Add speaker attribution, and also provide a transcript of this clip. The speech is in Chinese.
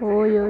Speaker 1: 哦哟。